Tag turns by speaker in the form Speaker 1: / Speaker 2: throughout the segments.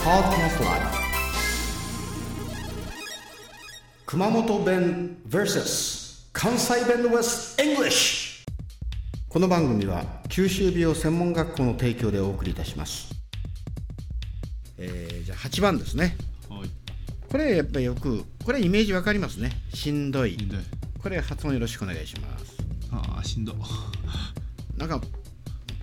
Speaker 1: Podcast Live 熊本弁 vs 関西弁 vs English この番組は九州美容専門学校の提供でお送りいたしますえー、じゃあ8番ですね
Speaker 2: はい。
Speaker 1: これやっぱりよくこれイメージわかりますねしんど
Speaker 2: しん
Speaker 1: い
Speaker 2: どい。
Speaker 1: これ発音よろしくお願いします
Speaker 2: ああ、しんど。
Speaker 1: なんか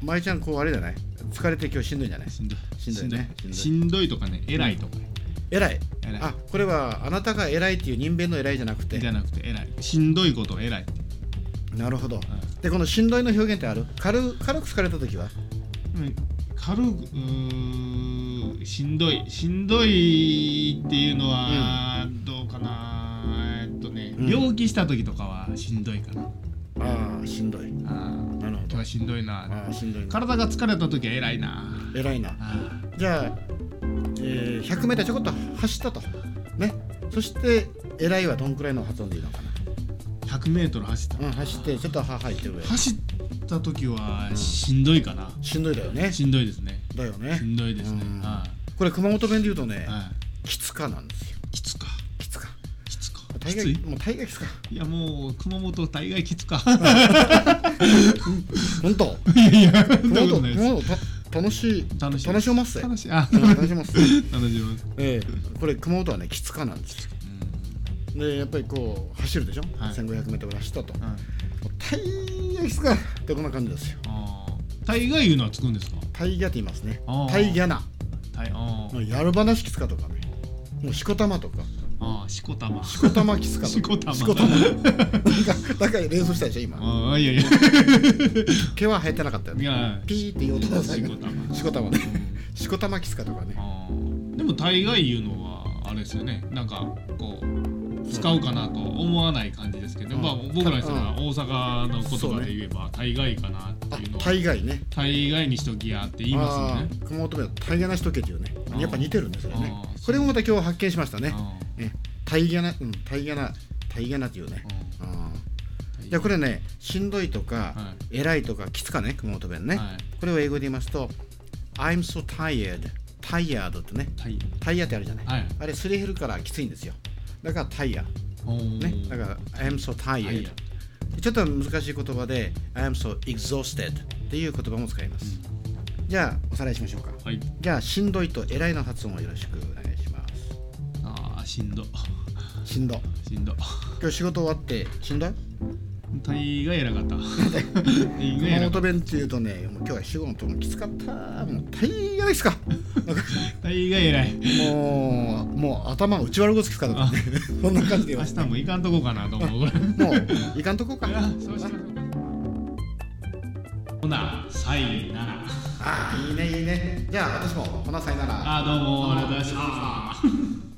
Speaker 1: 舞ちゃんこうあれじゃない疲れて今日しんどいんじゃない
Speaker 2: しんどい。
Speaker 1: しんどいね
Speaker 2: しんどい
Speaker 1: し
Speaker 2: しんどいとかね、偉いとかね。
Speaker 1: 偉い
Speaker 2: 偉い
Speaker 1: あこれはあなたが偉いっていう人弁の偉いじゃなくて
Speaker 2: じゃなくて、偉い。しんどいことを偉いって。
Speaker 1: なるほど、でこのしんどいの表現ってある軽軽く疲れた時は
Speaker 2: うん軽く、うーんしんどい。しんどいっていうのは、どうかな。えっとね、
Speaker 1: うん
Speaker 2: 病気した時とかはしんどいかな。
Speaker 1: ああしんどい
Speaker 2: あー
Speaker 1: なるほ
Speaker 2: 今日
Speaker 1: ど
Speaker 2: はしんどいな。
Speaker 1: ああしんどいな
Speaker 2: 体が疲れた時は偉いな。
Speaker 1: 偉いな
Speaker 2: あ
Speaker 1: じゃあ、えー、100m ちょこっと走ったとねそして偉いはどんくらいの発音でいいのか
Speaker 2: ー100メートル走った。
Speaker 1: な、うん、走ってちょっとははって上
Speaker 2: 走った時はしんどいかな。
Speaker 1: しんどいだよね
Speaker 2: しんどいですね。
Speaker 1: だよ
Speaker 2: し
Speaker 1: ね
Speaker 2: んどいですね。
Speaker 1: うん
Speaker 2: は
Speaker 1: これ熊本弁で言うとね
Speaker 2: い。はい
Speaker 1: きつかなんですよ
Speaker 2: きつか。
Speaker 1: きつか
Speaker 2: きつか。
Speaker 1: 大概
Speaker 2: きつい。
Speaker 1: もう大概きつか
Speaker 2: いやもう熊本大概きつ か。
Speaker 1: 本当
Speaker 2: いやいや、そん
Speaker 1: 熊
Speaker 2: なこと
Speaker 1: 本
Speaker 2: ないです。
Speaker 1: 熊本た楽しい
Speaker 2: 楽しい。
Speaker 1: 楽しおますぜ
Speaker 2: 楽しい。あ、
Speaker 1: うん楽します
Speaker 2: 楽しいます。
Speaker 1: ええ、これ熊本はねきつかなんですよでやっぱりこう走るでしょ、
Speaker 2: はい
Speaker 1: 1500m 走ったと
Speaker 2: うん。はい
Speaker 1: 大概きつかってこんな感じですよ
Speaker 2: あー大概いうのはつくんですか。
Speaker 1: タイギャって言いますね
Speaker 2: あー
Speaker 1: タイギャナ
Speaker 2: 大あー
Speaker 1: もうやる話きつかとかねもうしこたまとか
Speaker 2: あー、しこたま。
Speaker 1: しこたまきつかとか
Speaker 2: しこたま
Speaker 1: しこたまなんかだから連想したでしょ今
Speaker 2: ああ、いやいや。
Speaker 1: 毛は生えてなかったよ
Speaker 2: い
Speaker 1: ね
Speaker 2: や。
Speaker 1: ピーって言おうと思ったけど
Speaker 2: しこ た
Speaker 1: しこたま
Speaker 2: ま
Speaker 1: ねしこたまきつかとかね
Speaker 2: あーでも大概いうのはあれですよね。なんかこう使うかなと思わない感じですけど、
Speaker 1: うん
Speaker 2: まあ僕らにしたら大阪の言葉で言えば大概かなって
Speaker 1: あ
Speaker 2: いうのは。
Speaker 1: 大概ね
Speaker 2: 大概にしときやって言いますよね
Speaker 1: あー熊本弁はタイギャナしとけっていうねやっぱ似てるんですよね
Speaker 2: あー
Speaker 1: これもまた今日発見しましたね
Speaker 2: あ
Speaker 1: えタイギャナうんタイギャナタイギャナっていうね
Speaker 2: ー。
Speaker 1: あ
Speaker 2: う
Speaker 1: ー
Speaker 2: ん
Speaker 1: じゃあこれねしんどいとか、
Speaker 2: は
Speaker 1: 偉いとかきつかね熊本弁ね、
Speaker 2: はい。
Speaker 1: これを英語で言いますと I'm so tired tired ってね
Speaker 2: タイ。
Speaker 1: タイヤってあるじゃない、
Speaker 2: はい。
Speaker 1: あれすり減るからきついんですよだからタイヤ
Speaker 2: おー
Speaker 1: ねだから I'm so
Speaker 2: タイヤ
Speaker 1: tired ちょっと難しい言葉で I'm so exhausted っていう言葉も使います、じゃあおさらいしましょうか
Speaker 2: はい。
Speaker 1: じゃあしんどいと偉いの発音をよろしくお願いします
Speaker 2: ああ、しんど。
Speaker 1: しんど
Speaker 2: しんど。
Speaker 1: 今日仕事終わってしんどい
Speaker 2: 大概偉 かった。大概
Speaker 1: 熊
Speaker 2: 偉か
Speaker 1: 本
Speaker 2: っ
Speaker 1: 弁っていうとね、もう今日は仕事もきつかった、もう大概ですか。なんか
Speaker 2: た。 大概偉い。
Speaker 1: もう、もう頭が内割るごつきつかった、ね。 そんな感じで
Speaker 2: 明
Speaker 1: は。
Speaker 2: 日も行かんとこかなと思う。
Speaker 1: もう、いかんとこか。
Speaker 2: あそうしましょうほな、さいなら。
Speaker 1: ああ、いいね、いいね。じゃあ、私も、この際なら。
Speaker 2: あー、どうも、ありがとうございました。